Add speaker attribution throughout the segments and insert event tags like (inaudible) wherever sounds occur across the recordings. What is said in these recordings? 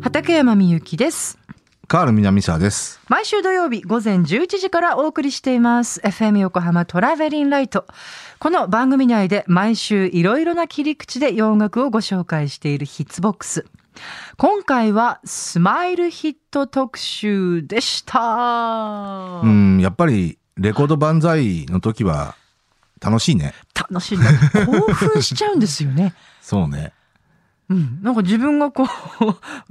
Speaker 1: 畠山みゆきです
Speaker 2: カール南沢です。
Speaker 1: 毎週土曜日午前11時からお送りしています FM 横浜トラベリンライトこの番組内で毎週いろいろな切り口で洋楽をご紹介しているヒッツボックス今回はスマイルヒット特集でした、
Speaker 2: うん、やっぱりレコード万歳の時は楽しいね。
Speaker 1: 楽しいな興奮しちゃうんですよ
Speaker 2: (laughs)
Speaker 1: ね
Speaker 2: そうね。
Speaker 1: うん、なんか自分がこう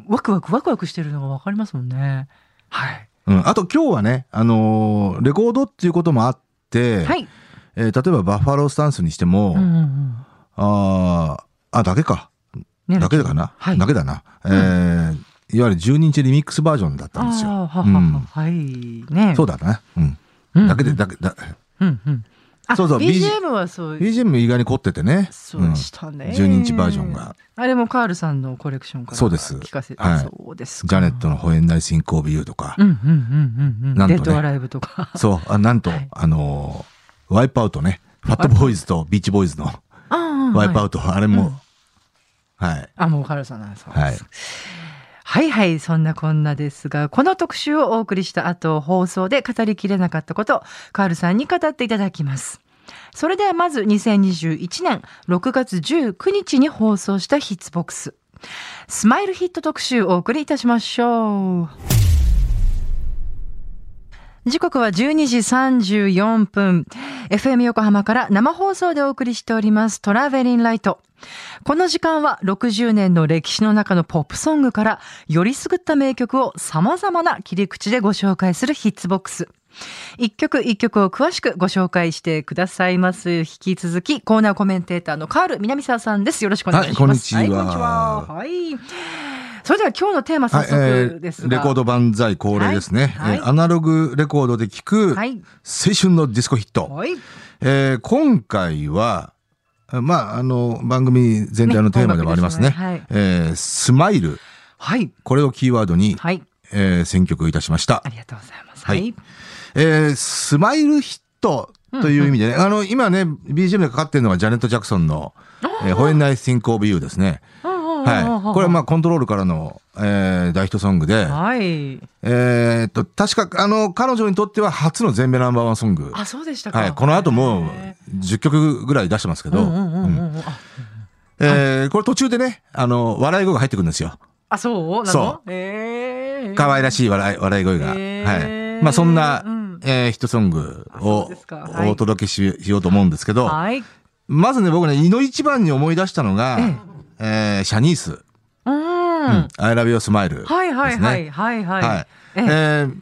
Speaker 1: ワクワクワクワクしてるのがわかりますもんねはい
Speaker 2: うん、あと今日はね、あのーレコードっていうこともあって、
Speaker 1: はい、
Speaker 2: えー例えばバッファロースタンスにして
Speaker 1: うんうん
Speaker 2: も、
Speaker 1: うん
Speaker 2: あーあ、だけか。
Speaker 1: ね
Speaker 2: だけだかな。
Speaker 1: はい
Speaker 2: だけだな。えーいわゆる12日リミックスバージョンだったんですよ。
Speaker 1: あーははは
Speaker 2: うん
Speaker 1: はいね
Speaker 2: そうだな。うん。
Speaker 1: うん
Speaker 2: だけで、だけ、だ、
Speaker 1: うんうんあ
Speaker 2: そうそう
Speaker 1: BGM はそう
Speaker 2: BGM 意外に凝っててね。
Speaker 1: そうでしたね、
Speaker 2: うん12日バージョンが
Speaker 1: あれもカールさんのコレクションから
Speaker 2: そうです
Speaker 1: 聞かせて、
Speaker 2: はい
Speaker 1: そうです
Speaker 2: うん
Speaker 1: か
Speaker 2: ジャネットのホエンダイシンコービューとか
Speaker 1: う。んうんうんうんうん
Speaker 2: なんと
Speaker 1: デ
Speaker 2: ね
Speaker 1: ッドアライブとか
Speaker 2: そう、あなんと、
Speaker 1: はい
Speaker 2: あのーワイプアウトね。ファットボーイズとビーチボーイズの
Speaker 1: あー
Speaker 2: (laughs) ワイプ
Speaker 1: は
Speaker 2: ア
Speaker 1: い
Speaker 2: ウト、あれも、
Speaker 1: うん
Speaker 2: はい。
Speaker 1: あもうカールさんなんですか
Speaker 2: はい。
Speaker 1: はいはい、そんなこんなですが、この特集をお送りした後、放送で語りきれなかったこと、カールさんに語っていただきます。それではまず2021年6月19日に放送したヒッツボックス。スマイルヒット特集をお送りいたしましょう。時刻は12時34分。FM 横浜から生放送でお送りしておりますトラベリンライト。この時間は60年の歴史の中のポップソングからよりすぐった名曲を様々な切り口でご紹介するヒッツボックス。一曲一曲を詳しくご紹介してくださいます。引き続きコーナーコメンテーターのカール南沢さんです。よろしくお願いします。
Speaker 2: はいこんにちは
Speaker 1: はい、こんにちは。はい。それでは今日のテーマ早
Speaker 2: はい、え
Speaker 1: 速です
Speaker 2: ー
Speaker 1: が、
Speaker 2: レコード万歳恒例ですね、
Speaker 1: はいはい
Speaker 2: えーアナログレコードで聴く青
Speaker 1: はい
Speaker 2: 春のディスコヒット。
Speaker 1: はい。
Speaker 2: えー今回は、まあ、あの、番組全体のテーマでもありますね。
Speaker 1: ね音楽
Speaker 2: えースマイル。
Speaker 1: はい。
Speaker 2: これをキーワードに、
Speaker 1: はい。
Speaker 2: えー選曲いたしました
Speaker 1: あ。りがとうございます。
Speaker 2: はいえースマイルヒットという意味でね、あの、今ね、BGM でかかってるのがジャネット・ジャクソンの、えー、ホエンナイ・シンク・オブ・ユーですね。はい。これはまあ、コントロールからの、えー大ヒットソングで、
Speaker 1: はい。
Speaker 2: えーっと、確か、あの、彼女にとっては初の全米ナンバーワンソング。
Speaker 1: あ、そうでしたか。
Speaker 2: はい。この後もう
Speaker 1: へ
Speaker 2: 10曲ぐらい出してますけ
Speaker 1: ー
Speaker 2: ど、
Speaker 1: うんうんう
Speaker 2: うんん
Speaker 1: うん。あ
Speaker 2: えーこれ途中でね、あの、笑い声が入ってくるんですよ。
Speaker 1: あ、そうなの
Speaker 2: そ
Speaker 1: えー
Speaker 2: 可愛らしい笑い、笑い声が。
Speaker 1: へー
Speaker 2: はい。まあ、そんな、
Speaker 1: うん
Speaker 2: えーヒットソング
Speaker 1: あそう
Speaker 2: を
Speaker 1: ですかはい
Speaker 2: お届けししようと思うんですけど、
Speaker 1: はい。
Speaker 2: まずね、僕ね、胃の一番に思い出したのが、
Speaker 1: え
Speaker 2: えーシャニース、
Speaker 1: うん。は
Speaker 2: アイラビオスマイル。
Speaker 1: いはいはいはい
Speaker 2: は
Speaker 1: はいい。。え
Speaker 2: えー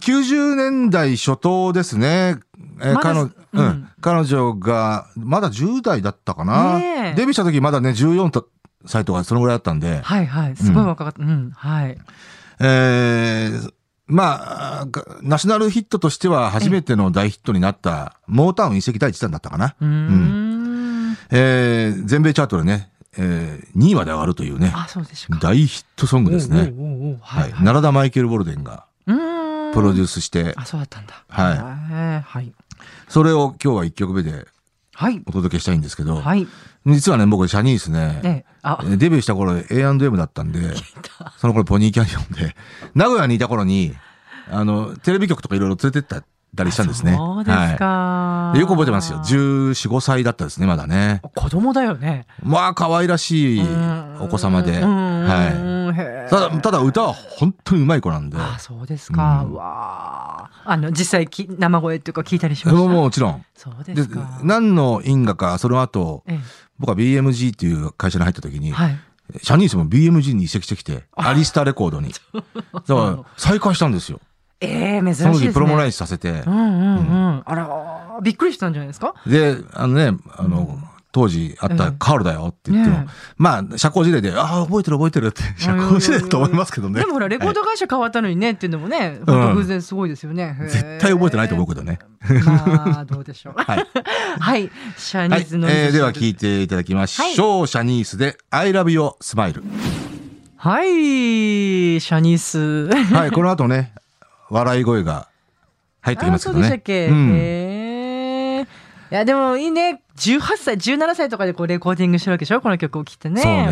Speaker 2: 90年代初頭ですね。え
Speaker 1: ま
Speaker 2: ー
Speaker 1: だ
Speaker 2: 彼女う
Speaker 1: うん
Speaker 2: ん、彼女が、まだ10代だったかな。
Speaker 1: ねえ
Speaker 2: デビューした時まだね、14と歳とかそのぐらいだったんで、
Speaker 1: はいはい。すごい若かった。うん。はい。
Speaker 2: えーまあ、かナショナルヒットとしては初めての大ヒットになった、モータウン遺跡第一弾だったかな。
Speaker 1: うーん。
Speaker 2: えー全米チャートでね、え2位まで上がるというね、
Speaker 1: あ、そうでしたか。
Speaker 2: 大ヒットソングですね。
Speaker 1: おうおうおうおう
Speaker 2: は。
Speaker 1: はいいはい。
Speaker 2: 奈良田マイケル・ボルデンが
Speaker 1: うーん
Speaker 2: プロデュースして、
Speaker 1: あ、そうだったんだ。
Speaker 2: はい
Speaker 1: い。はい。
Speaker 2: それを今日は1曲目で
Speaker 1: はい。
Speaker 2: お届けしたいんですけど、
Speaker 1: はい。
Speaker 2: 実はね、僕、シャニースね、
Speaker 1: ね、あ、
Speaker 2: えデビューした頃 A&M だったんで、その頃ポニーキャニオンで、 (laughs) 名古屋にいた頃に、あの、テレビ局とかいろいろ連れてったりしたんですね。
Speaker 1: そうですか
Speaker 2: は。いでよく覚えてますよ。14、5歳だったですね、まだね。
Speaker 1: 子供だよね。。
Speaker 2: まあ、可愛らしいお子様で、はいい。ただ、ただ歌は本当にうまい子なんで、
Speaker 1: あ、そうですか。
Speaker 2: うん
Speaker 1: わあ。あの実際き生声っていうか聞いたりしました。
Speaker 2: もうもちろん。
Speaker 1: そうで
Speaker 2: です
Speaker 1: か。
Speaker 2: 何の因果か、その後、
Speaker 1: え
Speaker 2: 僕は BMG っていう会社に入った時
Speaker 1: え
Speaker 2: に、
Speaker 1: はい。
Speaker 2: シャニースも BMG に移籍してきて、アリスタレコー
Speaker 1: (laughs)
Speaker 2: ドに。だから、再開したんですよ。
Speaker 1: ええ珍しい
Speaker 2: その
Speaker 1: です
Speaker 2: 時
Speaker 1: ね。
Speaker 2: プロモライスさせて
Speaker 1: う。んうんうん。あらびっくりしたんじゃないですか。
Speaker 2: で、あのね、あの、当時あっ
Speaker 1: う
Speaker 2: た
Speaker 1: ん
Speaker 2: カールだよって言っても
Speaker 1: ね、
Speaker 2: まあ、社交辞令で、ああ、覚えてる覚えてるって、社交辞令だと思いますけどね。
Speaker 1: でもほらレコー
Speaker 2: はい
Speaker 1: ド会社変わったのにねっていうのもね、本当偶然すごいですよね。へえ
Speaker 2: 絶対覚えてないと思うけどね。。
Speaker 1: まあどうでしょう。はい
Speaker 2: (laughs)
Speaker 1: はい。シャニ
Speaker 2: はい、
Speaker 1: ーズの。
Speaker 2: えーでは聞いていただきましょう。シャニースで、I love you, smile。
Speaker 1: はい、シャニース。
Speaker 2: (laughs) はい、この後ね、笑い声が入ってきますけど
Speaker 1: あそうでしたっ
Speaker 2: ね。
Speaker 1: け、
Speaker 2: うん。
Speaker 1: へえいやでもいいね18歳17歳とかでこうレコーディングしてるわけでしょこの曲を聴いてね
Speaker 2: そうね。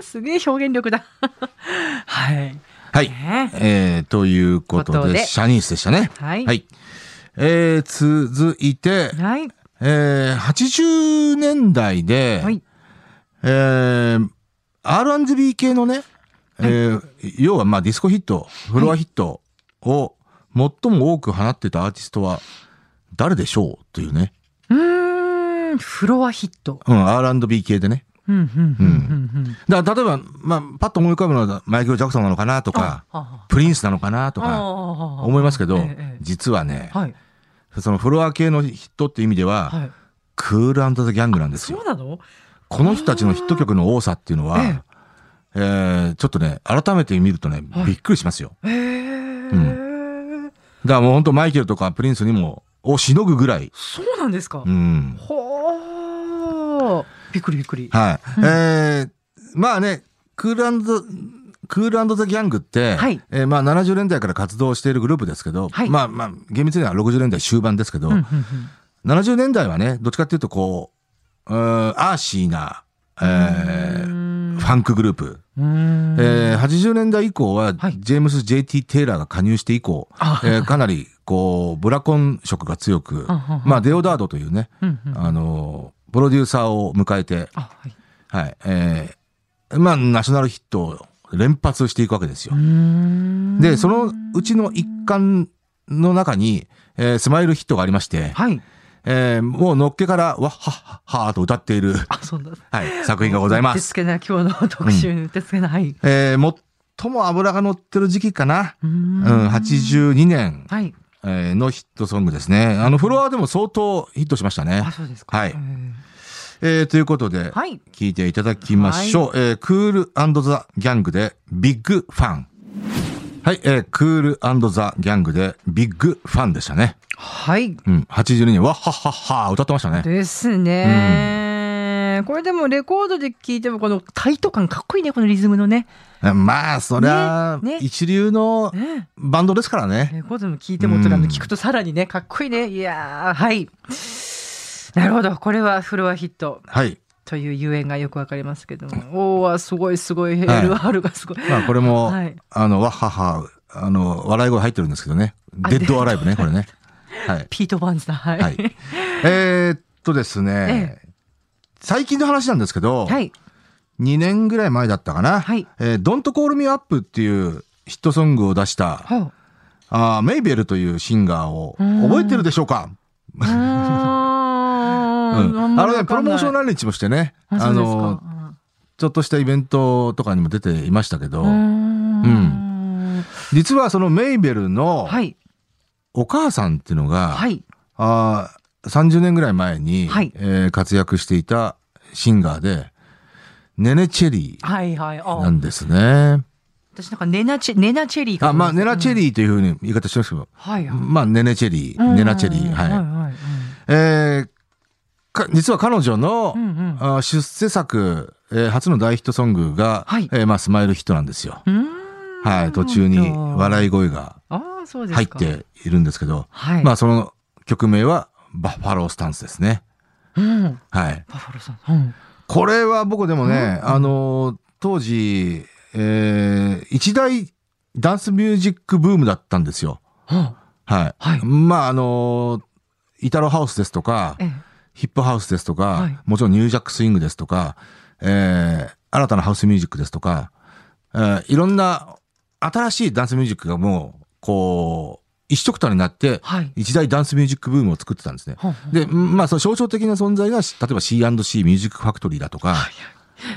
Speaker 1: ーすげえ表現力だ。 (laughs) はい。
Speaker 2: はい。
Speaker 1: ね
Speaker 2: えー、ということ
Speaker 1: こと
Speaker 2: で、
Speaker 1: で
Speaker 2: シャニースでしたね。
Speaker 1: はい
Speaker 2: えー、続いて、
Speaker 1: はい。
Speaker 2: えー、80年代で、
Speaker 1: はい。
Speaker 2: えー、R&B 系のね、えー要はまあディスコヒット、フロアヒットを最も多く放ってたアーティストは誰でしょうというね。
Speaker 1: うーん、フロアヒット。
Speaker 2: うん、R&B 系でね。
Speaker 1: うん、うん、うん、うん。
Speaker 2: だから例えば、まあ、パッと思い浮かぶのはマイケル・ジャクソンなのかなとか、
Speaker 1: あ
Speaker 2: プリンスなのかなと
Speaker 1: あ
Speaker 2: か、
Speaker 1: あ
Speaker 2: 思いますけど、
Speaker 1: えええ
Speaker 2: 実はね
Speaker 1: え、はい。
Speaker 2: そのフロア系のヒットっていう意味では、
Speaker 1: はい。
Speaker 2: クールザ・ギャングなんです
Speaker 1: そ
Speaker 2: よ
Speaker 1: う。なの
Speaker 2: この人たちのヒット曲の多さっていうのは、
Speaker 1: え
Speaker 2: えーちょっとね、改めて見るとね、
Speaker 1: はい
Speaker 2: びっくりしますよ。
Speaker 1: ええ。
Speaker 2: だからもう本当マイケルとかプリンスにも、をしのぐぐらい。
Speaker 1: そうなんですか
Speaker 2: う。ん。
Speaker 1: ほー。びっくりびっくり。
Speaker 2: はい。えーまあね、クールアンド、クールザ・ギャングって、
Speaker 1: はい
Speaker 2: えーまあ70年代から活動しているグループですけど、
Speaker 1: はい
Speaker 2: まあまあ厳密には60年代終盤ですけど、
Speaker 1: うんうんうん
Speaker 2: 70年代はね、どっちかっていうとこう、うーんアーシーな、えー
Speaker 1: う
Speaker 2: ファンクグループ。
Speaker 1: ーん。
Speaker 2: えー80年代以降は、
Speaker 1: はい
Speaker 2: ジェームス・ JT ・テイラーが加入して以降、
Speaker 1: あ
Speaker 2: えーかなり、こう、ブラコン色が強く、
Speaker 1: あはは
Speaker 2: まあ、デオダードというね、
Speaker 1: うんうん
Speaker 2: あのー、プロデューサーを迎えて、
Speaker 1: あ、はい。
Speaker 2: はい、えーまあ、ナショナルヒットを連発していくわけですよ
Speaker 1: うー。ん
Speaker 2: で、そのうちの一環の中に、えースマイルヒットがありまして、
Speaker 1: はい。
Speaker 2: えーもうのっけから、わっはっはっはーと歌っている、
Speaker 1: あ、そうなんだ。
Speaker 2: はい、作品がござい
Speaker 1: う
Speaker 2: ま
Speaker 1: ってつ
Speaker 2: す。
Speaker 1: けな、今日の特集にうってつけな。はい。う
Speaker 2: えー最も脂が乗ってる時期かな。
Speaker 1: ー
Speaker 2: うんん、82年
Speaker 1: はい。
Speaker 2: えーのヒットソングですね。あの、フロアでも相当ヒットしましたね
Speaker 1: あ、。そうですか。
Speaker 2: は
Speaker 1: え
Speaker 2: い
Speaker 1: ー
Speaker 2: えーということで、
Speaker 1: はい。
Speaker 2: 聞いていただきましょう。えークールザ・ギャングでビッグファン。はい、えークールザ・ギャングでビッグファンでしたね。
Speaker 1: はい。
Speaker 2: うん、82年、わっはっはっは、歌ってましたね。
Speaker 1: ですね。これでもレコードで聞いてもこのタイト感かっこいいね、このリズムのね。
Speaker 2: えーまあ、そりゃ、
Speaker 1: ねね
Speaker 2: 一流の
Speaker 1: ね
Speaker 2: バンドですからね。
Speaker 1: レコードも聞いてもとか
Speaker 2: うん
Speaker 1: の聞くとさらにね、かっこいいね。いやー、はい。なるほど。これはフロアヒット
Speaker 2: はい。
Speaker 1: というゆえんがよくわかりますけども。おーわ、すごいすごい。LR がすごい。
Speaker 2: まあ、これも、
Speaker 1: はい
Speaker 2: あの、わっはっは、あの、笑い声入ってるんですけどね。
Speaker 1: あ
Speaker 2: デッド・アライブね、これね。
Speaker 1: (laughs)
Speaker 2: はい。
Speaker 1: ピート・バンズだ。はい。
Speaker 2: はい。えーっとですね、最近の話なんですけど、
Speaker 1: はい。
Speaker 2: 2年ぐらい前だったかな、
Speaker 1: はい
Speaker 2: えー Don't Call Me Up っていうヒットソングを出した、
Speaker 1: は
Speaker 2: あーメイベルというシンガーを覚えてるでしょ (laughs) うか
Speaker 1: あ
Speaker 2: うんあのね、プロモーション何日もしてね、
Speaker 1: あ
Speaker 2: あの、ちょっとしたイベントとかにも出ていましたけど、
Speaker 1: うん。
Speaker 2: 実はそのメイベルの
Speaker 1: はい。
Speaker 2: お母さんっていうのが、
Speaker 1: はい。
Speaker 2: あー30年ぐらい前に、
Speaker 1: はい
Speaker 2: えー活躍していたシンガーで、ネネチェリー
Speaker 1: はいはい。あ
Speaker 2: なんですね。
Speaker 1: 私なんかネナチェ、ネナチェリーか
Speaker 2: あ、まあ、ネナチェ
Speaker 1: ー。
Speaker 2: リーというふうに言い方してますけど、
Speaker 1: はいはい。
Speaker 2: まあ、ネネチェリー、ネナチェリー、
Speaker 1: うん
Speaker 2: はい。
Speaker 1: はい。
Speaker 2: えーか実は彼女の
Speaker 1: うんうん
Speaker 2: あ出世作、えー初の大ヒットソングが、
Speaker 1: はい
Speaker 2: えーまあ、スマイルヒットなんですよ。
Speaker 1: うん
Speaker 2: はい、途中に笑い声が
Speaker 1: ああ、そうですか。
Speaker 2: 入っ。ているんですけど、
Speaker 1: はい。
Speaker 2: まあ、その曲名は、バッファロースタンスですね。
Speaker 1: うん。
Speaker 2: はい。
Speaker 1: バファローさん。うん。
Speaker 2: これは僕でもね、あの、当時、えー一大ダンスミュージックブームだったんですよ。
Speaker 1: は
Speaker 2: はい。
Speaker 1: はい
Speaker 2: まあ、あの、イタロハウスですとか
Speaker 1: あ、ええ。
Speaker 2: ヒップハウスですとか、
Speaker 1: はい
Speaker 2: もちろんニュージャックスイングですとか、えー新たなハウスミュージックですとか、えーいろんな新しいダンスミュージックがもう、こう、一色たになって、
Speaker 1: はい。
Speaker 2: 一大ダンスミュージックブームを作ってたんですね。
Speaker 1: ほんほん
Speaker 2: で、まあ、その象徴的な存在が、例えば C&C ミュージックファクトリーだとか、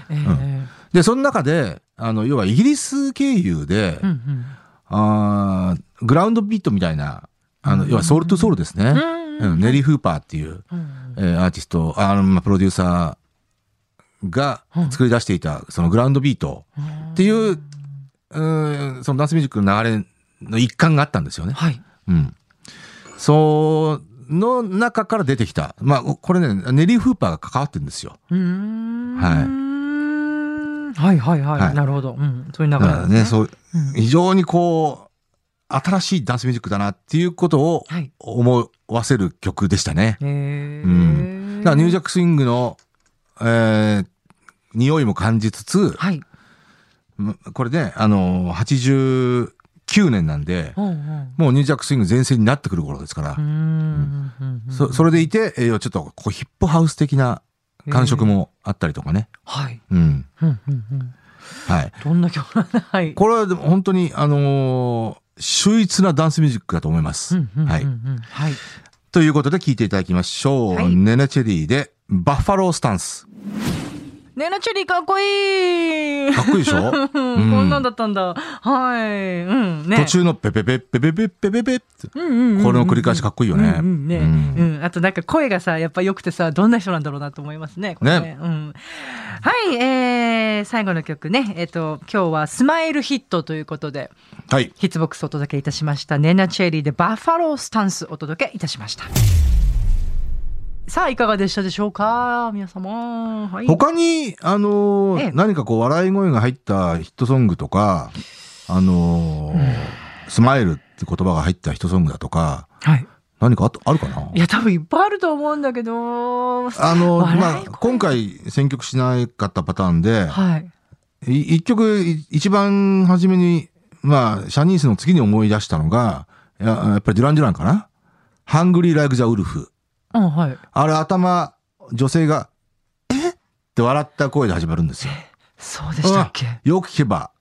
Speaker 1: ええ。
Speaker 2: で、その中で、あの、要はイギリス経由で、
Speaker 1: うん
Speaker 2: あーグラウンドビートみたいな、あの、要はソウルトゥソウルですね。
Speaker 1: うん
Speaker 2: うんネリー・フーパーっていう、
Speaker 1: うん。うん
Speaker 2: えーアーティスト、あの、まあ、プロデューサーが作り出していた、そのグラウンドビートっていう、うん、そのダンスミュージックの流れの一環があったんですよね。
Speaker 1: はい。
Speaker 2: うん。その中から出てきた。まあ、これね、ネリー・フーパーが関わってるんですよ。
Speaker 1: うーん。
Speaker 2: はい
Speaker 1: はいはいはい。
Speaker 2: はい
Speaker 1: なるほど。うん。そういう流
Speaker 2: だ
Speaker 1: れ
Speaker 2: か
Speaker 1: な
Speaker 2: ら
Speaker 1: んで
Speaker 2: ね、
Speaker 1: すね。
Speaker 2: そう、非常にこう、新しいダンスミュージックだなっていうことを
Speaker 1: はい
Speaker 2: 思わせる曲でしたね。
Speaker 1: え
Speaker 2: うだからニュージャ
Speaker 1: ッ
Speaker 2: ックスイングの、えー、匂いも感じつつ、
Speaker 1: はい。
Speaker 2: うんこれね、あのー、89年なんで、
Speaker 1: うんうん
Speaker 2: もうニュージャックスイング全盛になってくる頃ですから、
Speaker 1: うんうんうんうん
Speaker 2: そそれでいて、えーちょっとこうヒップハウス的な感触もあったりとかね。
Speaker 1: はい。
Speaker 2: うん。
Speaker 1: うんうんうん
Speaker 2: はい。
Speaker 1: どんな曲なんだはい。
Speaker 2: これはでも本当に、あのー秀逸なダンスミュージックだと思います。
Speaker 1: うんうんうんうん
Speaker 2: はい。
Speaker 1: はい。
Speaker 2: ということで聞いていただきましょう。
Speaker 1: はい
Speaker 2: ネネチェリーで、バッファロースタンス。
Speaker 1: ネナチュリーかっこいい
Speaker 2: かっこいいで
Speaker 1: (laughs)
Speaker 2: しょ
Speaker 1: うん
Speaker 2: うん
Speaker 1: こんなんだったんだ。はい。うん。ね。
Speaker 2: 途中のペペペペペペペペペって。
Speaker 1: うんうんうんうん
Speaker 2: これの繰り返しかっこいいよ
Speaker 1: うん
Speaker 2: ね
Speaker 1: うんね
Speaker 2: う
Speaker 1: うんあとなんか声がさ、やっぱ良くてさ、どんな人なんだろうなと思いますね。これねうんはい、えー、最後の曲ね。えっ、と、今日はスマイルヒットということで、
Speaker 2: はい。
Speaker 1: ヒッツボックスをお届けいたしました。ネナチェリーでバッファロースタンスお届けいたしました。さあ、いかがでしたでしょうか皆様。はい。
Speaker 2: 他に、あのー
Speaker 1: ええ
Speaker 2: 何かこう笑い声が入ったヒットソングとか、あのースマイルって言葉が入ったヒットソングだとか、
Speaker 1: はい。
Speaker 2: 何かあとあるかない
Speaker 1: や、多分いっぱいあると思うんだけど。
Speaker 2: あのー
Speaker 1: 笑い
Speaker 2: まあ
Speaker 1: 声、
Speaker 2: 今回選曲しなかったパターンで、
Speaker 1: はい。
Speaker 2: い一曲、い一番初めに、まあ、シャニースの次に思い出したのが、ややっぱりデュラン・デュランかなハングリー・ライク・ザ・ウルフ。
Speaker 1: うん、はい。
Speaker 2: あれ頭、女性が、えって笑った声で始まるんですよ。
Speaker 1: そうでしたっけ
Speaker 2: よく聞けば。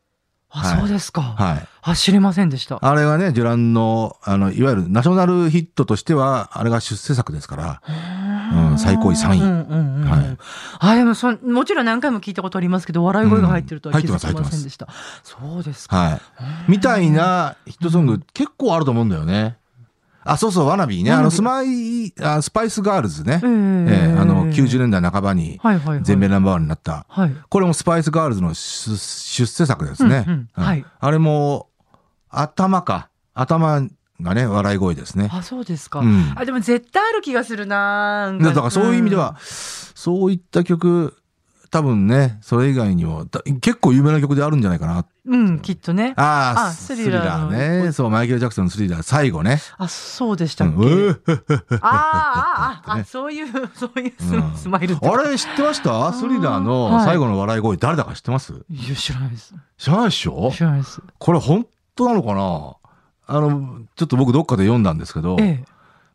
Speaker 1: あ、
Speaker 2: はい
Speaker 1: そうですか。
Speaker 2: はい。
Speaker 1: あ、知りませんでした。
Speaker 2: あれはね、デュランの、あの、いわゆるナショナルヒットとしては、あれが出世作ですから、うん最高位3位
Speaker 1: うんうんうんうん
Speaker 2: はい
Speaker 1: あ、でもそん、もちろん何回も聞いたことありますけど、笑い声が入ってると
Speaker 2: う
Speaker 1: は
Speaker 2: ん
Speaker 1: 気
Speaker 2: 入って
Speaker 1: づ
Speaker 2: ます
Speaker 1: きませんでした。そうですか。
Speaker 2: はい。みたいなヒットソング結構あると思うんだよね。あ、そうそう、ワナビーね。
Speaker 1: ワ
Speaker 2: あ
Speaker 1: ナビー
Speaker 2: の、スマイ、あスパイスガールズね。
Speaker 1: ええ
Speaker 2: ええあの、90年代半ばに
Speaker 1: はいはいはい。
Speaker 2: 全米ナンバーワンになった。
Speaker 1: はい。
Speaker 2: これもスパイスガールズの出出世作ですね。
Speaker 1: うんうんはい
Speaker 2: あれも、頭か。頭がね、笑い声ですね。
Speaker 1: あ、そうですか。
Speaker 2: うん
Speaker 1: あ、でも絶対ある気がするななん
Speaker 2: だからそういう意味では、、そういった曲、多分ね、それ以外にも、た結構有名な曲であるんじゃないかな。
Speaker 1: うん、うんきっとね。あ
Speaker 2: ああ、
Speaker 1: あ
Speaker 2: ス
Speaker 1: ス
Speaker 2: リ
Speaker 1: リラー
Speaker 2: ラーね。そう、マイケル・ジャクソンのスリラー、最後ね。
Speaker 1: そうでし
Speaker 2: う
Speaker 1: たっけ。
Speaker 2: んうえ
Speaker 1: あーあー、あーあー、
Speaker 2: ね
Speaker 1: そういう、 (laughs) そういうス,、
Speaker 2: うん
Speaker 1: スマイルって
Speaker 2: あれ知ってましたスリラー
Speaker 1: は
Speaker 2: の
Speaker 1: い
Speaker 2: 最後の笑い声、誰だか知ってます
Speaker 1: いや、知らないです。
Speaker 2: 知らないでしょ
Speaker 1: 知らないです。
Speaker 2: これ本当なのかなあの、ちょっと僕どっかで読んだんですけど、
Speaker 1: え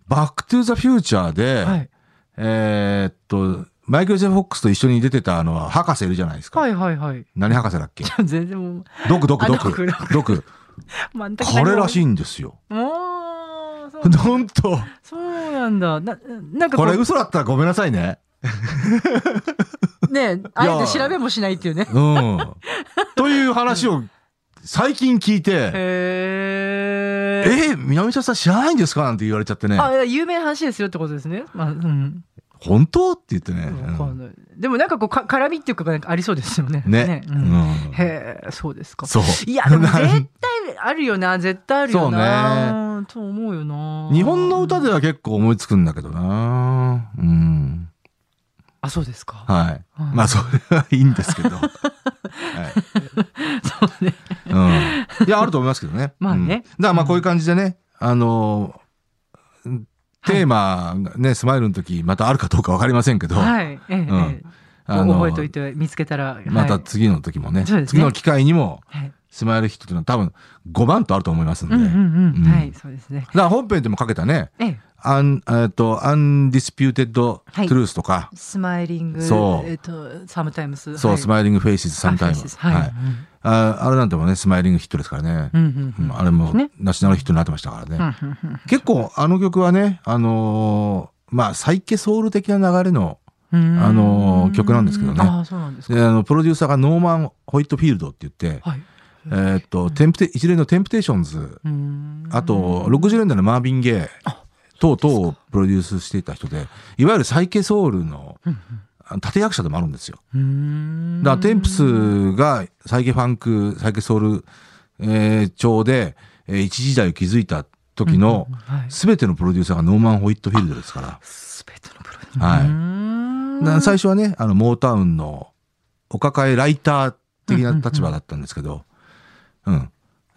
Speaker 2: バックトゥザフューチャーで、
Speaker 1: え。はい。
Speaker 2: えーっと、マイケル・ジェフ・フォックスと一緒に出てたあの、博士いるじゃないですか。
Speaker 1: はいはいはい。 (laughs)
Speaker 2: 何博士だっけ
Speaker 1: 全然もう、
Speaker 2: ドクドクド
Speaker 1: あドク
Speaker 2: ク
Speaker 1: ド。
Speaker 2: ドク。
Speaker 1: 全く
Speaker 2: 彼らし
Speaker 1: い。
Speaker 2: いんですよ。
Speaker 1: もう、そうなんだ
Speaker 2: 本当。
Speaker 1: そうなんだ。な、なんか
Speaker 2: こ
Speaker 1: こ
Speaker 2: れ
Speaker 1: う、
Speaker 2: 嘘だったらごめんなさいね。
Speaker 1: ね、あえて調べもしないっていうね。
Speaker 2: うん。という話を最近聞いて、
Speaker 1: へえ。
Speaker 2: えー、南下さん知らないんですかなんて言われちゃってね。
Speaker 1: あ、いや有名な話ですよってことですね。まあ、うん。
Speaker 2: 本当って言ってね。
Speaker 1: わかん
Speaker 2: う
Speaker 1: ないでもなんかこう、か絡みっていうか、なんかありそうですよね。
Speaker 2: んね。
Speaker 1: う
Speaker 2: うんん
Speaker 1: へえ、そうですか。
Speaker 2: そう。
Speaker 1: いや、で
Speaker 2: (laughs)
Speaker 1: も絶対あるよな、絶対あるよな。と思うよな。
Speaker 2: 日本の歌では結構思いつくんだけどなうん。
Speaker 1: あ、そうですか。
Speaker 2: はい。
Speaker 1: うん
Speaker 2: まあ、それはいいんで
Speaker 1: (laughs)
Speaker 2: すけど。はい。
Speaker 1: そうね。
Speaker 2: うん。いや、あると思いますけどね。
Speaker 1: まあね
Speaker 2: うんだからまあ、こういう感じでね、あのー、テーマがね、スマイルの時、またあるかどうかわかりませんけど、
Speaker 1: はい。ええええ。
Speaker 2: あの
Speaker 1: 覚えといて見つけたら。はい
Speaker 2: また次の時もね、
Speaker 1: そうですね
Speaker 2: 次の機会にも、
Speaker 1: はい。
Speaker 2: スマイルヒットというのは多分5番とあると思いますん
Speaker 1: う
Speaker 2: で。
Speaker 1: んうんうん。
Speaker 2: うん
Speaker 1: はい、そうですね。
Speaker 2: だから本編でもかけたね、
Speaker 1: ええ。
Speaker 2: アン、えっと、アンディスピューテッド・ト
Speaker 1: はい
Speaker 2: ゥルースとか、
Speaker 1: スマイリング、
Speaker 2: そう
Speaker 1: えっと、サムタイムス。
Speaker 2: そう、ス
Speaker 1: イ
Speaker 2: マイリング・フェイシズ・サムタイム。
Speaker 1: はい。
Speaker 2: はい。ああれなんてもね、スマイリングヒットですからね
Speaker 1: う。んうんうん。
Speaker 2: うんあれも
Speaker 1: ね
Speaker 2: ナショナルヒットになってましたからね。
Speaker 1: うんうんうん
Speaker 2: 結構あの曲はね、あのーまあ、サイケソウル的な流れの、
Speaker 1: うん
Speaker 2: あのー曲なんですけどね
Speaker 1: ああ、そうなんです
Speaker 2: で
Speaker 1: か。
Speaker 2: あの、プロデューサーがノーマン・ホイットフィールドって言って、
Speaker 1: はい。
Speaker 2: えーっと、テンプテ、一連のテンプテーションズ、
Speaker 1: うん
Speaker 2: あと、60年代のマービン・ゲイ等々をプロデュースしていた人で、いわゆるサイケソウルのあの立役者でもあるんですよ。
Speaker 1: うん。
Speaker 2: だからテンプスがサイケファンク、サイケソウル、えー調で、えー一時代を築いた時の
Speaker 1: うんうんはい、
Speaker 2: すべてのプロデューサーがノーマン・ホイットフィールドですから。
Speaker 1: すべてのプロデュー
Speaker 2: はい
Speaker 1: ー
Speaker 2: な最初はね、あの、モータウンのお抱えライター的な立場だったんですけど、うん。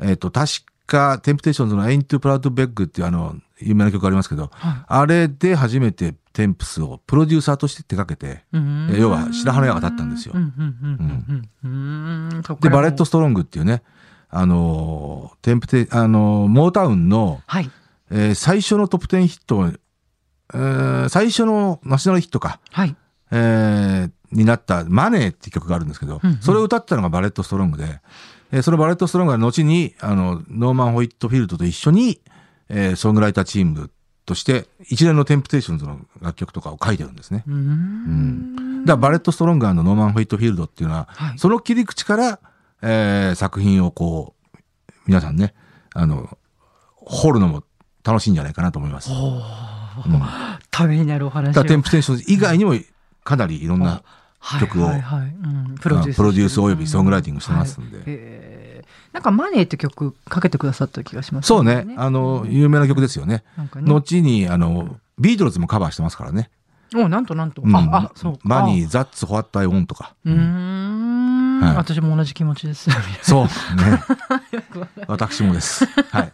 Speaker 2: えっ、と、確果、テンプテーションズの Ain't Proud Beg っていうあの、有名な曲ありますけど、あれで初めてテンプスをプロデューサーとして手掛けて、
Speaker 1: うん
Speaker 2: 要は白羽の矢が立ったんですよ
Speaker 1: う。んうんうんうんうんうんそっか
Speaker 2: で、
Speaker 1: らも
Speaker 2: バ
Speaker 1: う
Speaker 2: レット・ストロングっていうね、あのー、テンプテ、あのー、モータウンの、
Speaker 1: はい。
Speaker 2: えー最初のトップ10ヒットを、えー最初のナショナルヒットか、
Speaker 1: はい。
Speaker 2: えーになった「マネー」っていう曲があるんですけど、
Speaker 1: うんうん
Speaker 2: それを歌ったのがバレット・ストロングで、えーそのバレット・ストロングが後にあのノーマン・ホイットフィールドと一緒に、えーソングライターチームとして一連のテンプテーションズの楽曲とかを書いてるんですね。
Speaker 1: うーん。
Speaker 2: だからバレット・ストロンガーのノーマン・ホイットフィールドっていうのは、
Speaker 1: はい
Speaker 2: その切り口から、えー作品をこう皆さんねあの掘るのも楽しいんじゃないかなと思います。
Speaker 1: お
Speaker 2: うん
Speaker 1: ー
Speaker 2: だか
Speaker 1: ためになるお話を。
Speaker 2: らテンプテーションズ以外にもかなりいろんな曲を
Speaker 1: はいはいはいうんプ
Speaker 2: プ
Speaker 1: ロデュースしてる。
Speaker 2: ロデュースおよびソングライティングしてますんで、
Speaker 1: はい。えーなんかマネーって曲かけてくださった気がします。
Speaker 2: そうねあの有名な曲ですよね、
Speaker 1: なんかね。
Speaker 2: 後にあのビートルズもカバーしてますからね
Speaker 1: おなんとなん
Speaker 2: 「
Speaker 1: と。
Speaker 2: うん
Speaker 1: あ、あ、そう。
Speaker 2: マニ
Speaker 1: ー。
Speaker 2: ー・ザッツ・ホワット・アイ・オン」とか、
Speaker 1: うーん。
Speaker 2: はい
Speaker 1: 私も同じ気持ちです。
Speaker 2: そうね
Speaker 1: (laughs)
Speaker 2: 私もです、はい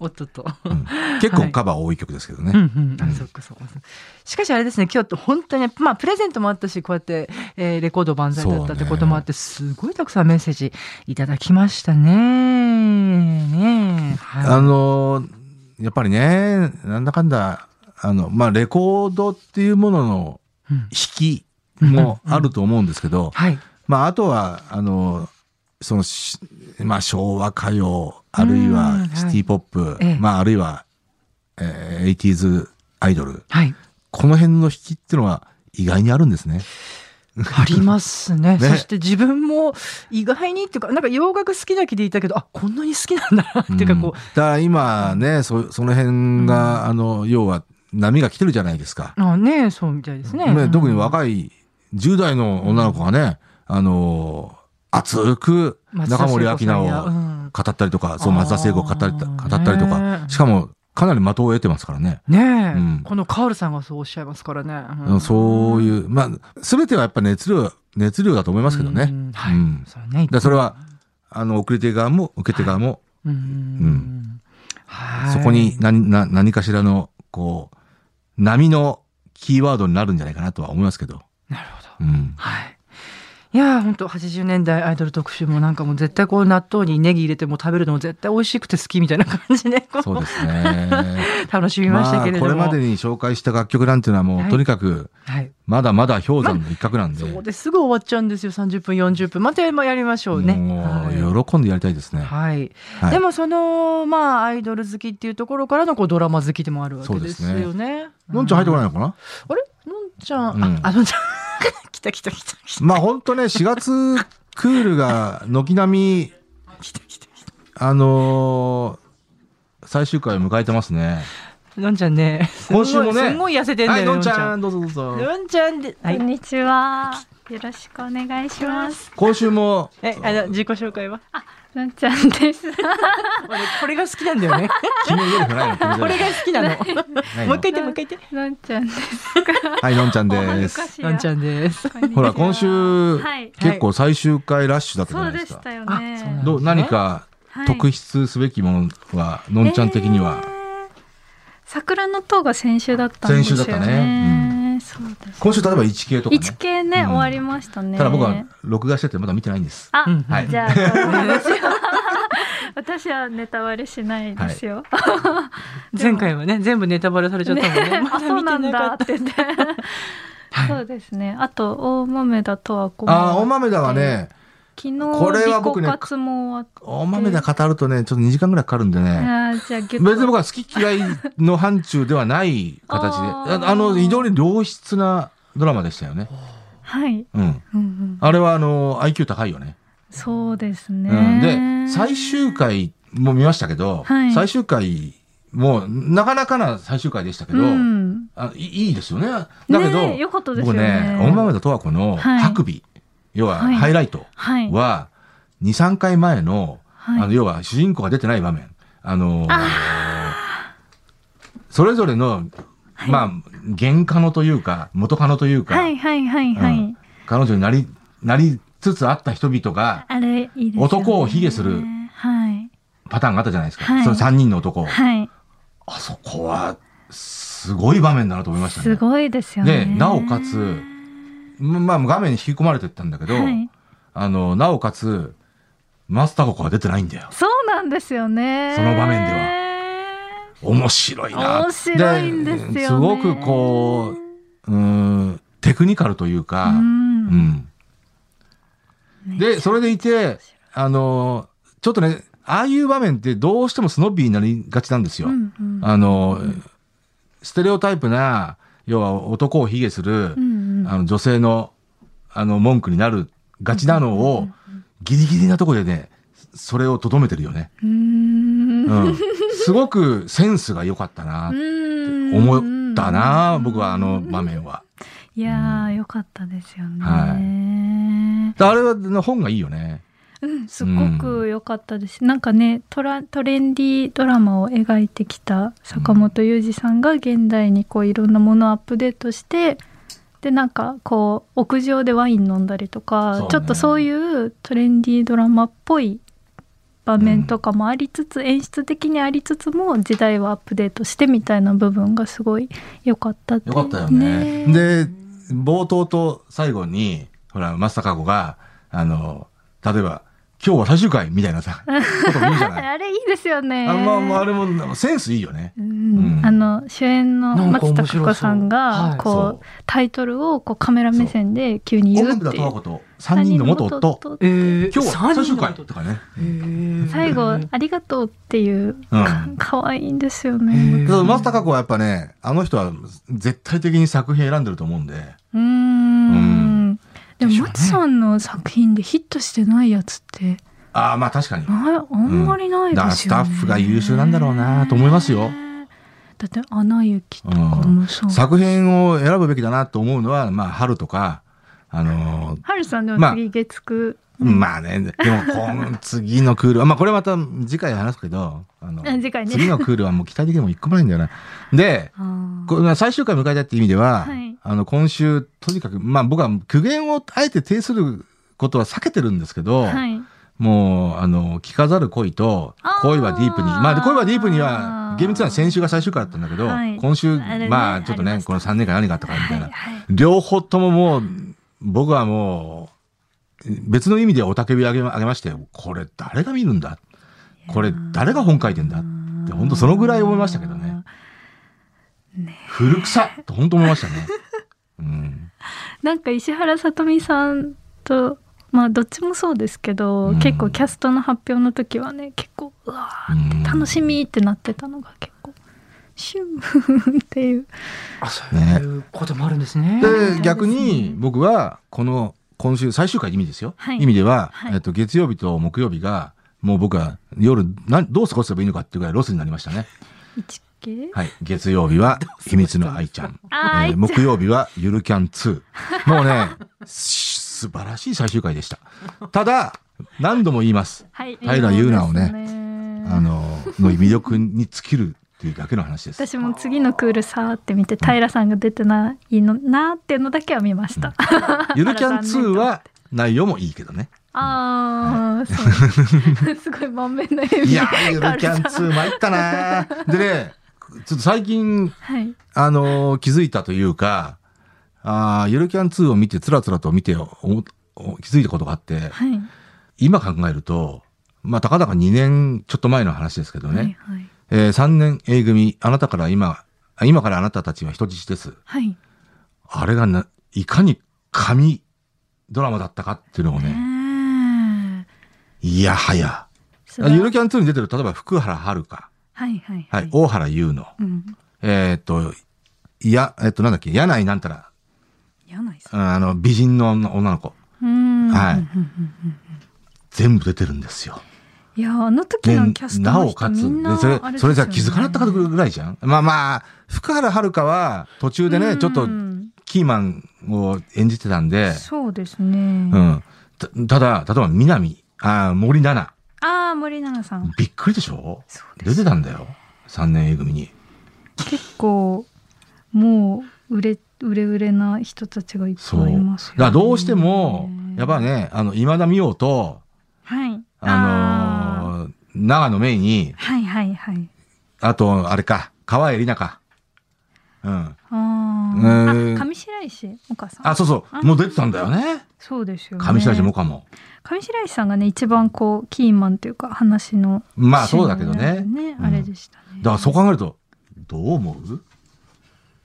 Speaker 1: おっとっと。
Speaker 2: うん結
Speaker 1: は
Speaker 2: 構
Speaker 1: い
Speaker 2: カバー多い曲ですけどね、
Speaker 1: うんうん、
Speaker 2: う
Speaker 1: あ
Speaker 2: ん
Speaker 1: そっかそっかしかしあれですね今日って本当に、まあ、プレゼントもあったしこうやって、えーレコード万歳だったってこともあって、すごいたくさんメッセージいただきましたね。ねえはい、
Speaker 2: あのーやっぱりねなんだかんだあのまあレコードっていうものの
Speaker 1: うん
Speaker 2: 引きもあると思うんですけど、
Speaker 1: はい
Speaker 2: まあ、あとは、あの、そのし、まあ、昭和歌謡、あるい
Speaker 1: うんは
Speaker 2: はいシティポップ、
Speaker 1: ええ
Speaker 2: まあ、あるいは、えー、80s アイドル。
Speaker 1: はい、
Speaker 2: この辺の引きっていうのは意外にあるんですね。
Speaker 1: ありますね
Speaker 2: ね
Speaker 1: そして自分も意外にっていうかなんか洋楽好きだけでいたけどあこんなに好きなんだなっていうか
Speaker 2: ん
Speaker 1: こ
Speaker 2: だから今ね、そその辺が、あの、要は波が来てるじゃないですか。
Speaker 1: う、あねえそうみたいですね。
Speaker 2: ね、特に
Speaker 1: い
Speaker 2: 若い10代の女の子がね、あの、熱く中森明菜を語ったりとか、そう、松田聖子を語ったり語ったりとか、しかも、かなり的を得てますからね。
Speaker 1: ねえ、
Speaker 2: うん
Speaker 1: このカールさんがそうおっしゃいますからね。
Speaker 2: うんそう
Speaker 1: う
Speaker 2: い
Speaker 1: ん
Speaker 2: う、まあ、すべてはやっぱ熱量、熱量だと思いますけどね。
Speaker 1: うんはい
Speaker 2: うん
Speaker 1: そうね。
Speaker 2: だそれは、あの、送り手側も受け手側も、
Speaker 1: うん、はい
Speaker 2: そこに何、な何かしらの、こう、波のキーワードになるんじゃないかなとは思いますけど。
Speaker 1: なるほど。
Speaker 2: うん。
Speaker 1: はい。いやー本当80年代アイドル特集もなんかもう絶対こう納豆にネギ入れても食べるのも絶対美味しくて好きみたいな感じでこう
Speaker 2: そうで
Speaker 1: (laughs)
Speaker 2: すね。
Speaker 1: 楽しみまし
Speaker 2: ま
Speaker 1: た
Speaker 2: あ、
Speaker 1: けれど
Speaker 2: こ
Speaker 1: も、
Speaker 2: れまでに紹介した楽曲なんていうのはもう、
Speaker 1: はい
Speaker 2: とにかく、
Speaker 1: はい、
Speaker 2: まだまだ氷山の一角なんで、
Speaker 1: そうですぐ終わっちゃうんですよ30分40分またやりましょうね。
Speaker 2: もう、喜んでやりたいですね。
Speaker 1: はい
Speaker 2: はい
Speaker 1: でもそのまあアイドル好きっていうところからのこうドラマ好きでもあるわけです
Speaker 2: そ
Speaker 1: よ
Speaker 2: う
Speaker 1: ね。
Speaker 2: のんちゃん入ってこ
Speaker 1: い。
Speaker 2: ないのかな
Speaker 1: あれのんちゃん、
Speaker 2: うん
Speaker 1: ああのんちゃん (laughs) 来た来た来た来た
Speaker 2: まあ本当ね、4月クールが軒並み、
Speaker 1: 来た来た来
Speaker 2: あのー最終回を迎えてますね。
Speaker 1: た。のんちゃんね
Speaker 2: 今週もね
Speaker 1: すごいすごい痩せてんだ
Speaker 2: はい、
Speaker 1: よ、
Speaker 2: の
Speaker 1: ね
Speaker 2: んちゃ
Speaker 1: ん
Speaker 2: ん、どうぞどうぞ。
Speaker 1: のんちゃんで、は
Speaker 3: こん
Speaker 1: い、
Speaker 3: にちは。よろしくお願いします。
Speaker 2: 今週も、
Speaker 1: えあの自己紹介は
Speaker 3: のんちゃん (laughs) です。
Speaker 1: 俺これが好きなんだよ (laughs) ね
Speaker 2: 君よりもないの、君じゃ
Speaker 1: こ
Speaker 2: な
Speaker 1: れ
Speaker 2: い
Speaker 1: が好きなのもう
Speaker 2: ない
Speaker 1: 一
Speaker 2: の
Speaker 1: 回言ってもう一回言って
Speaker 3: のんちゃんです。
Speaker 2: はい、のんちゃん
Speaker 3: お恥
Speaker 2: で
Speaker 3: ず
Speaker 2: す
Speaker 3: か。しい
Speaker 1: のんちゃ
Speaker 3: ん。
Speaker 1: んです
Speaker 3: こんにちは
Speaker 2: ほら、今週、
Speaker 3: はい。
Speaker 2: 結構最終回ラッシュだったじゃ
Speaker 3: そ
Speaker 2: な
Speaker 3: う
Speaker 2: いで
Speaker 3: ですし
Speaker 2: か。
Speaker 3: たよ
Speaker 1: あそうなん
Speaker 3: ね。
Speaker 2: どう何か
Speaker 3: はい
Speaker 2: 特筆すべきものは、のんちゃん的には、
Speaker 3: えー桜の塔が先週だったんですよね。
Speaker 2: 先週だったね
Speaker 3: そうです。
Speaker 2: 今週例えば1系とかね。
Speaker 3: 一系ね、
Speaker 2: うん
Speaker 3: 終わりましたね。
Speaker 2: ただ僕は録画しててまだ見てないんです。
Speaker 3: あ、
Speaker 1: うん
Speaker 2: はい
Speaker 3: じゃあ (laughs) どうも私は私はネタバレしないですよ。
Speaker 1: 前回はね全部ネタバレされちゃったもんねま
Speaker 3: (laughs) あ、そうな
Speaker 1: だ見て
Speaker 3: ん
Speaker 1: なか
Speaker 3: だ
Speaker 1: っ
Speaker 3: ったてね。そうですね。あと大豆だとはこ
Speaker 2: ああ、大豆だはね、
Speaker 3: 昨日
Speaker 2: これは僕ね
Speaker 3: リコ活も終わっ
Speaker 2: 大豆だ語るとね、ちょっと2時間ぐらいかかるんで
Speaker 3: て、
Speaker 2: ね。
Speaker 3: あーじゃあギュッと
Speaker 2: 別に僕は好き嫌いの範疇ではない形で
Speaker 3: あ
Speaker 2: あ
Speaker 3: ー
Speaker 2: あの非常に良質なドラマでしたよね、
Speaker 3: はい、
Speaker 2: うん、
Speaker 3: うんうん、
Speaker 2: あれはあの IQ 高いよね、
Speaker 3: そうですね、
Speaker 2: うん、で最終回も見ましたけど、
Speaker 3: はい
Speaker 2: 最終回もなかなかな最終回でしたけど、
Speaker 3: うん、
Speaker 2: あいいいですよねだけど、
Speaker 3: ねえ良かったですよ
Speaker 2: 僕
Speaker 3: ね
Speaker 2: ね大豆田十和子の
Speaker 3: はい
Speaker 2: 白尾、要は
Speaker 3: はい
Speaker 2: ハイライト
Speaker 3: はい
Speaker 2: は23回前の
Speaker 3: はい
Speaker 2: あの要は主人公が出てない場面、あのーそれぞれの、まあ原カノというか元カノというか、
Speaker 3: はいはいはいはい、
Speaker 2: うん彼女になりなりつつあった人々が
Speaker 3: あれいいですよね
Speaker 2: 男を卑下する
Speaker 3: はい
Speaker 2: パターンがあったじゃないですか。
Speaker 3: はい
Speaker 2: その3人の男。
Speaker 3: はい。
Speaker 2: あそこは、すごい場面だなと思いましたね。
Speaker 3: すごいですよ
Speaker 2: で、
Speaker 3: ね。
Speaker 2: なおかつ、まあ、画面に引き込まれてったんだけど、
Speaker 3: はい
Speaker 2: あの、なおかつ、マスターココは出てないんだよ。
Speaker 3: そうなんですよね。
Speaker 2: その場面で
Speaker 3: は。
Speaker 2: 面白いな。
Speaker 3: 面白いんですよね
Speaker 2: すごくこう、うーん、テクニカルというか、
Speaker 3: うん
Speaker 2: うんで、それでいて、あの、ちょっとね、ああいう場面ってどうしてもスノッビーになりがちなんですよ。
Speaker 3: うんうん
Speaker 2: あの、ステレオタイプな、要は男を卑下する、
Speaker 3: うんうん
Speaker 2: あの女性の、あの、文句になるがちなのを、ギリギリなとこでね、それをとどめてるよね。
Speaker 3: うーん。
Speaker 2: うん。
Speaker 3: (laughs)
Speaker 2: すごくセンスが良かったな、思ったな、僕はあの場面は。
Speaker 3: いやー、よかったですよね。
Speaker 2: あれはの本がいいよね。
Speaker 3: うん、すごく良かったです。なんかねトラ、トレンディードラマを描いてきた坂本裕二さんが現代にこういろんなものをアップデートして、で、なんかこう、屋上でワイン飲んだりとか、
Speaker 2: そうね
Speaker 3: ちょっとそういうトレンディードラマっぽい場面とかもありつつ、演出的にありつつも時代をアップデートしてみたいな部分がすごい良かったって
Speaker 2: よかったよね。
Speaker 3: ね
Speaker 2: で、冒頭と最後に、ほら、松坂子が、あの、例えば、今日は最終回みたいなさ、ことも言うじ (laughs) ゃない。
Speaker 3: あれいいですよね。
Speaker 2: あんま、まああれもセンスいいよね。
Speaker 3: うん
Speaker 2: うん
Speaker 3: あの主演の
Speaker 1: なんか
Speaker 3: 松
Speaker 1: 面
Speaker 3: た
Speaker 1: 白
Speaker 3: か子さん
Speaker 1: そうは
Speaker 3: が
Speaker 1: い
Speaker 3: こう、
Speaker 2: そう
Speaker 3: タイトルをこうカメラ目線で急に言
Speaker 2: 音
Speaker 3: うっ
Speaker 2: 楽田
Speaker 3: て
Speaker 2: 十
Speaker 3: い
Speaker 2: 和
Speaker 3: う
Speaker 2: 子と3人の元夫。
Speaker 1: えー、
Speaker 2: 今日は最終
Speaker 1: 三人
Speaker 2: 回
Speaker 1: のこと
Speaker 2: かね。
Speaker 1: と、
Speaker 3: 最後「ありがとう」っていう
Speaker 2: うん
Speaker 3: か可愛、いんですよ
Speaker 1: へ
Speaker 2: け
Speaker 1: ー
Speaker 3: ね。
Speaker 2: ど松たか子はやっぱね、あの人は絶対的に作品選んでると思うんで。
Speaker 3: うーん
Speaker 2: うん
Speaker 3: でも
Speaker 2: でしょうね
Speaker 3: 松さんの作品でヒットしてないやつって
Speaker 2: ああ、まあ確かに。
Speaker 3: なあんまりないですよね、
Speaker 2: だからスタッフが優秀なんだろうなと思いますよ。
Speaker 3: だって「アナ雪」とかもそう。
Speaker 2: 作品を選ぶべきだなと思うのは、まあ春とか、あのー
Speaker 3: はるさんで
Speaker 2: まあ
Speaker 3: も次月9、
Speaker 2: まあね、でもこの次のクールは、まあこれまた次回話すけど、あの、
Speaker 3: うん次回ね
Speaker 2: 次のクールはもう期待できるもん一個もないんだよな。で、
Speaker 3: あー
Speaker 2: こまあ最終回迎えたって意味では、
Speaker 3: はい
Speaker 2: あの今週、とにかく、まあ僕は苦言をあえて呈することは避けてるんですけど、
Speaker 3: はい、
Speaker 2: もう、あの、聞かざる恋と
Speaker 3: あ、ー
Speaker 2: 恋はディープに、まあ、恋はディープには、厳密には先週が最終回だったんだけど、
Speaker 3: はい
Speaker 2: 今週、
Speaker 3: あれね
Speaker 2: まあ、ちょっと
Speaker 3: あり
Speaker 2: ね
Speaker 3: まし、た
Speaker 2: この3年間何があったかみたいな。
Speaker 3: はい
Speaker 2: 両方とももう、僕はもう、別の意味でおたけびあげまあげまして、これ誰が見るんだこれ誰が本書いてんだって、本当そのぐらい思いましたけどね。古臭っと本当思いましたね。うん。
Speaker 3: なんか石原さとみさんとまあどっちもそうですけど、
Speaker 2: うん
Speaker 3: 結構キャストの発表の時はね結構うわーって楽しみってなってたのが結構シュンっていう
Speaker 1: あそういうこともあるんです (laughs) ね。
Speaker 2: で、逆に僕は、この、今週、最終回の意味ですよ。
Speaker 3: はい
Speaker 2: 意味では、
Speaker 3: はい
Speaker 2: えっと、月曜日と木曜日が、もう僕は夜、なんどう過ごせばいいのかっていうぐらいロスになりましたね。
Speaker 3: 一系
Speaker 2: はい。月曜日
Speaker 3: (laughs)
Speaker 2: は、秘密の愛ちゃん。
Speaker 3: あ
Speaker 2: え
Speaker 3: ー
Speaker 2: ー
Speaker 3: 愛ちゃん
Speaker 2: 木曜日は、ゆるキャン2。もうね、し素晴らしい最終回でした。ただ、何度も言います。
Speaker 3: はい
Speaker 2: 平優奈をね
Speaker 3: そうですね
Speaker 2: あの、の魅力に尽きるっていうだけの話です。
Speaker 3: 私も次のクールさーって見て平さんが出てないのなーっていうのだけは見ました、
Speaker 2: ゆるキャン2は、内容もいいけどね。
Speaker 3: あ
Speaker 2: (laughs)
Speaker 3: あそうすごい満面の笑み
Speaker 2: いやー、ゆるキャン
Speaker 3: カールさん
Speaker 2: 2参ったなー。でね、ちょっと最近、
Speaker 3: はい
Speaker 2: あのー気づいたというか、あーゆるキャン2を見て、つらつらと見ておお気づいたことがあって、
Speaker 3: はい
Speaker 2: 今考えると、まあ、たかだか2年ちょっと前の話ですけどね、
Speaker 3: はいはい
Speaker 2: えー3年 A 組、あなたから今、あ今からあなたたちは人質です。
Speaker 3: はい
Speaker 2: あれがな、いかに神ドラマだったかっていうのをね、
Speaker 3: ね
Speaker 2: いやはや、
Speaker 3: え
Speaker 2: ゆるキャン2に出てる、例えば福原遥、
Speaker 3: はいはい
Speaker 2: は、
Speaker 3: はいい。
Speaker 2: 大原優の、
Speaker 3: うん。
Speaker 2: えーっと、いや、えっと、なんだっけ、柳井なんたら、
Speaker 3: やないさ
Speaker 2: うんあの、美人の女女の子、
Speaker 3: ん。
Speaker 2: はい
Speaker 3: うんうんうん
Speaker 2: 全部出てるんですよ。
Speaker 3: いや、あの時
Speaker 2: で
Speaker 3: のキャスト
Speaker 2: なお
Speaker 3: の人
Speaker 2: かつ
Speaker 3: みんな、
Speaker 2: でそれ
Speaker 3: あです
Speaker 2: それ
Speaker 3: よね
Speaker 2: じゃ気づかなかったぐらいじゃんまあまあ福原遥は途中でねちょっ
Speaker 3: う
Speaker 2: と
Speaker 3: ん
Speaker 2: キーマンを演じてたんで、
Speaker 3: そうです
Speaker 2: う
Speaker 3: ね。
Speaker 2: ん、たただ例えば南あー森七
Speaker 3: ああ、森永さん。
Speaker 2: 菜びっくりでしょ
Speaker 3: そうで
Speaker 2: 出
Speaker 3: す
Speaker 2: て。たんだよ3年 A 組に
Speaker 3: 結構、もう、売れ、売れ売れな人たちがいっ
Speaker 2: そう
Speaker 3: ぱいいますよ、ね。
Speaker 2: だからどうしてもやっぱねあの今田美桜と
Speaker 3: はい。
Speaker 2: あのー長野メイに、
Speaker 3: はいはいはい。
Speaker 2: あと、あれか、川栄里奈か。うん。
Speaker 3: あ
Speaker 2: え
Speaker 3: ー
Speaker 2: ー
Speaker 3: あ、上白石お母さん。
Speaker 2: あ、そうそう。もう出てたんだよね。
Speaker 3: そうですよね。
Speaker 2: 上白石萌歌も。
Speaker 3: 上白石さんがね一番こうキーマンというか話の
Speaker 2: まあそうだけどね
Speaker 3: 主になる
Speaker 2: うん
Speaker 3: あれでしたね。
Speaker 2: だからそう考えると、どう思う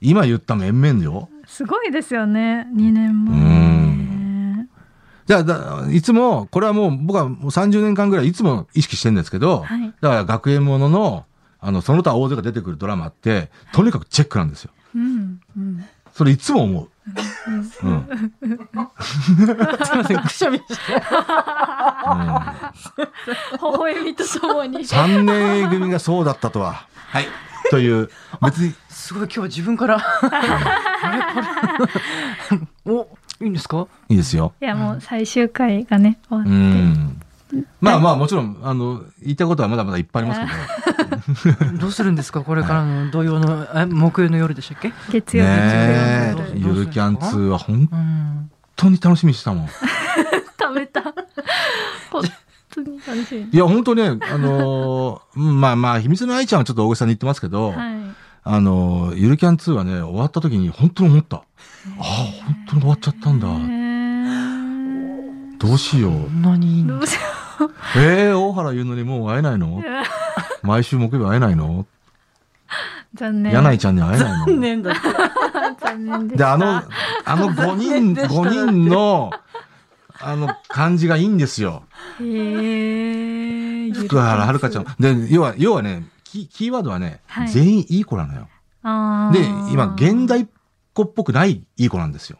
Speaker 2: 今言った面々よ。
Speaker 3: すごいですよね2年前、ね。
Speaker 2: じゃあ、だいつも、これはもう僕はもう30年間ぐらいいつも意識してるんですけど、
Speaker 3: はい
Speaker 2: だから学園ものの、あの、その他大勢が出てくるドラマって、とにかくチェックなんですよ。
Speaker 3: うんうん。
Speaker 2: それいつも思う。うん。すいません、くしゃみして。
Speaker 3: 微笑みとともに。
Speaker 2: 3年 A 組がそうだったとは。はい。という、別に、
Speaker 1: すごい今日自分 (laughs) から。あれこれお、いいんですか
Speaker 2: いいですよ。
Speaker 3: いやもう最終回がね終わっ
Speaker 2: う
Speaker 3: て、
Speaker 2: ん。まあまあ、もちろん、あの、言いたいことはまだまだいっぱいありますけ
Speaker 1: どうするんですかこれからの土曜の、え木曜の夜でしたっけ
Speaker 3: 月
Speaker 2: ど。
Speaker 3: 曜日、
Speaker 2: ね
Speaker 1: どうす
Speaker 2: え
Speaker 1: る、
Speaker 2: ゆるキャン2は本
Speaker 1: うん。
Speaker 2: 当に楽しみにしてたもん。
Speaker 3: 食べた。本当に楽しい。
Speaker 2: いや、本当ね、あのー (laughs) うんまあまあ、秘密の愛ちゃんはちょっと大げさに言ってますけど、
Speaker 3: はい。
Speaker 2: あのーゆるキャン2はね、終わった時に本当に思った。ああ、本当に終わっちゃったんだ。
Speaker 3: へ
Speaker 2: どうしよう。
Speaker 1: こんなにいい
Speaker 3: ー
Speaker 1: んだ
Speaker 3: どうしよ
Speaker 2: ええー、大原言うのにもう会え (laughs) ないの
Speaker 3: う。
Speaker 2: 毎週木曜日会えないの
Speaker 3: 残念。
Speaker 2: 柳井ちゃんに会えないの
Speaker 1: 残念だった。
Speaker 3: (laughs) 残念でし
Speaker 2: で、
Speaker 3: た。
Speaker 2: あの、あの5人、
Speaker 1: 残念でした
Speaker 2: 5人の、あの、感じがいいんですよ。
Speaker 3: へえ。
Speaker 2: 福原遥ちゃん。で、要は、要はね、キキーワードはね、
Speaker 3: はい
Speaker 2: 全員いい子なのよ。
Speaker 3: あ
Speaker 2: で
Speaker 3: ー、
Speaker 2: 今、現代っ子っぽくないいい子なんですよ。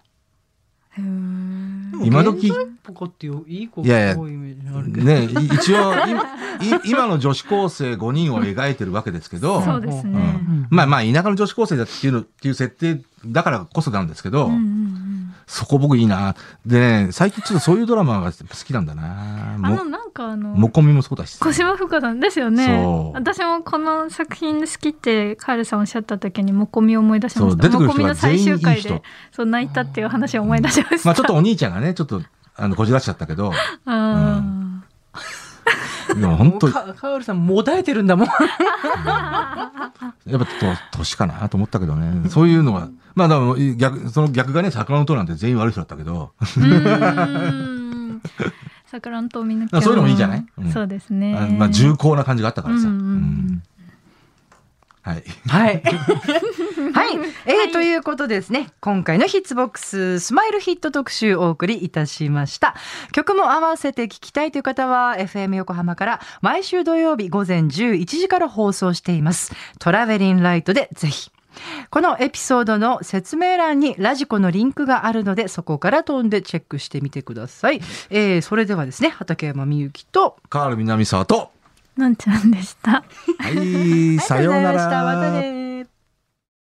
Speaker 3: へー
Speaker 2: 今時
Speaker 1: 現代っぽかっていういい子
Speaker 2: いやいや
Speaker 1: 多いイメージあるけど。
Speaker 2: ね、い一応、いい今の女子高生5人を描いてるわけですけど、
Speaker 3: そうです
Speaker 2: う
Speaker 3: ね。
Speaker 2: んまあまあ、田舎の女子高生だっていうの、っていう設定だからこそなんですけど、
Speaker 3: うんうん
Speaker 2: そこ僕いいな。でね、最近ちょっとそういうドラマが好きなんだな。
Speaker 3: うんあの
Speaker 2: も、
Speaker 3: なんかあの
Speaker 2: もこみもそうだし。
Speaker 3: 小島ふかさんですよね
Speaker 2: そう
Speaker 3: 私もこの作品好きってカエルさんおっしゃった時にもこみを思い出しま
Speaker 2: そう
Speaker 3: し
Speaker 2: 出
Speaker 3: た
Speaker 2: てくる
Speaker 3: も
Speaker 2: 人
Speaker 3: こみ
Speaker 2: が
Speaker 3: の
Speaker 2: 全
Speaker 3: 最
Speaker 2: 員いい人
Speaker 3: 終回でそう泣いたっていう話を思い出しました、
Speaker 2: まあちょっとお兄ちゃんがね、ちょっと、あの、こじらしちゃったけど、
Speaker 3: あ
Speaker 2: (laughs) でも本
Speaker 3: (laughs)
Speaker 2: 当、やっ
Speaker 1: かカウルさんもだえてるんだもん。
Speaker 2: ぱと、年かなと思ったけどね、そういうのは、まあでも逆、その逆がね、桜の塔なんて全員悪い人だったけど、
Speaker 3: ーうー
Speaker 2: (laughs)
Speaker 3: ん桜の島みんな
Speaker 2: あそういうのもいいじゃないうん
Speaker 3: そうですね
Speaker 2: あ (laughs) まあ重厚な感じがあったからさ。
Speaker 3: うんうんうん
Speaker 2: うんはい。
Speaker 1: (laughs) はい。はい。えー、ということでですね、今回のヒッツボックス、スマイルヒット特集をお送りいたしました。曲も合わせて聴きたいという方は、FM 横浜から毎週土曜日午前11時から放送しています。トラベリンライトでぜひ。このエピソードの説明欄にラジコのリンクがあるので、そこから飛んでチェックしてみてください。えー、それではですね、畠山みゆきと、
Speaker 2: カール南沢と、
Speaker 3: のんちゃんでした
Speaker 2: はい、さようなら。
Speaker 1: ありがとうございましたまたね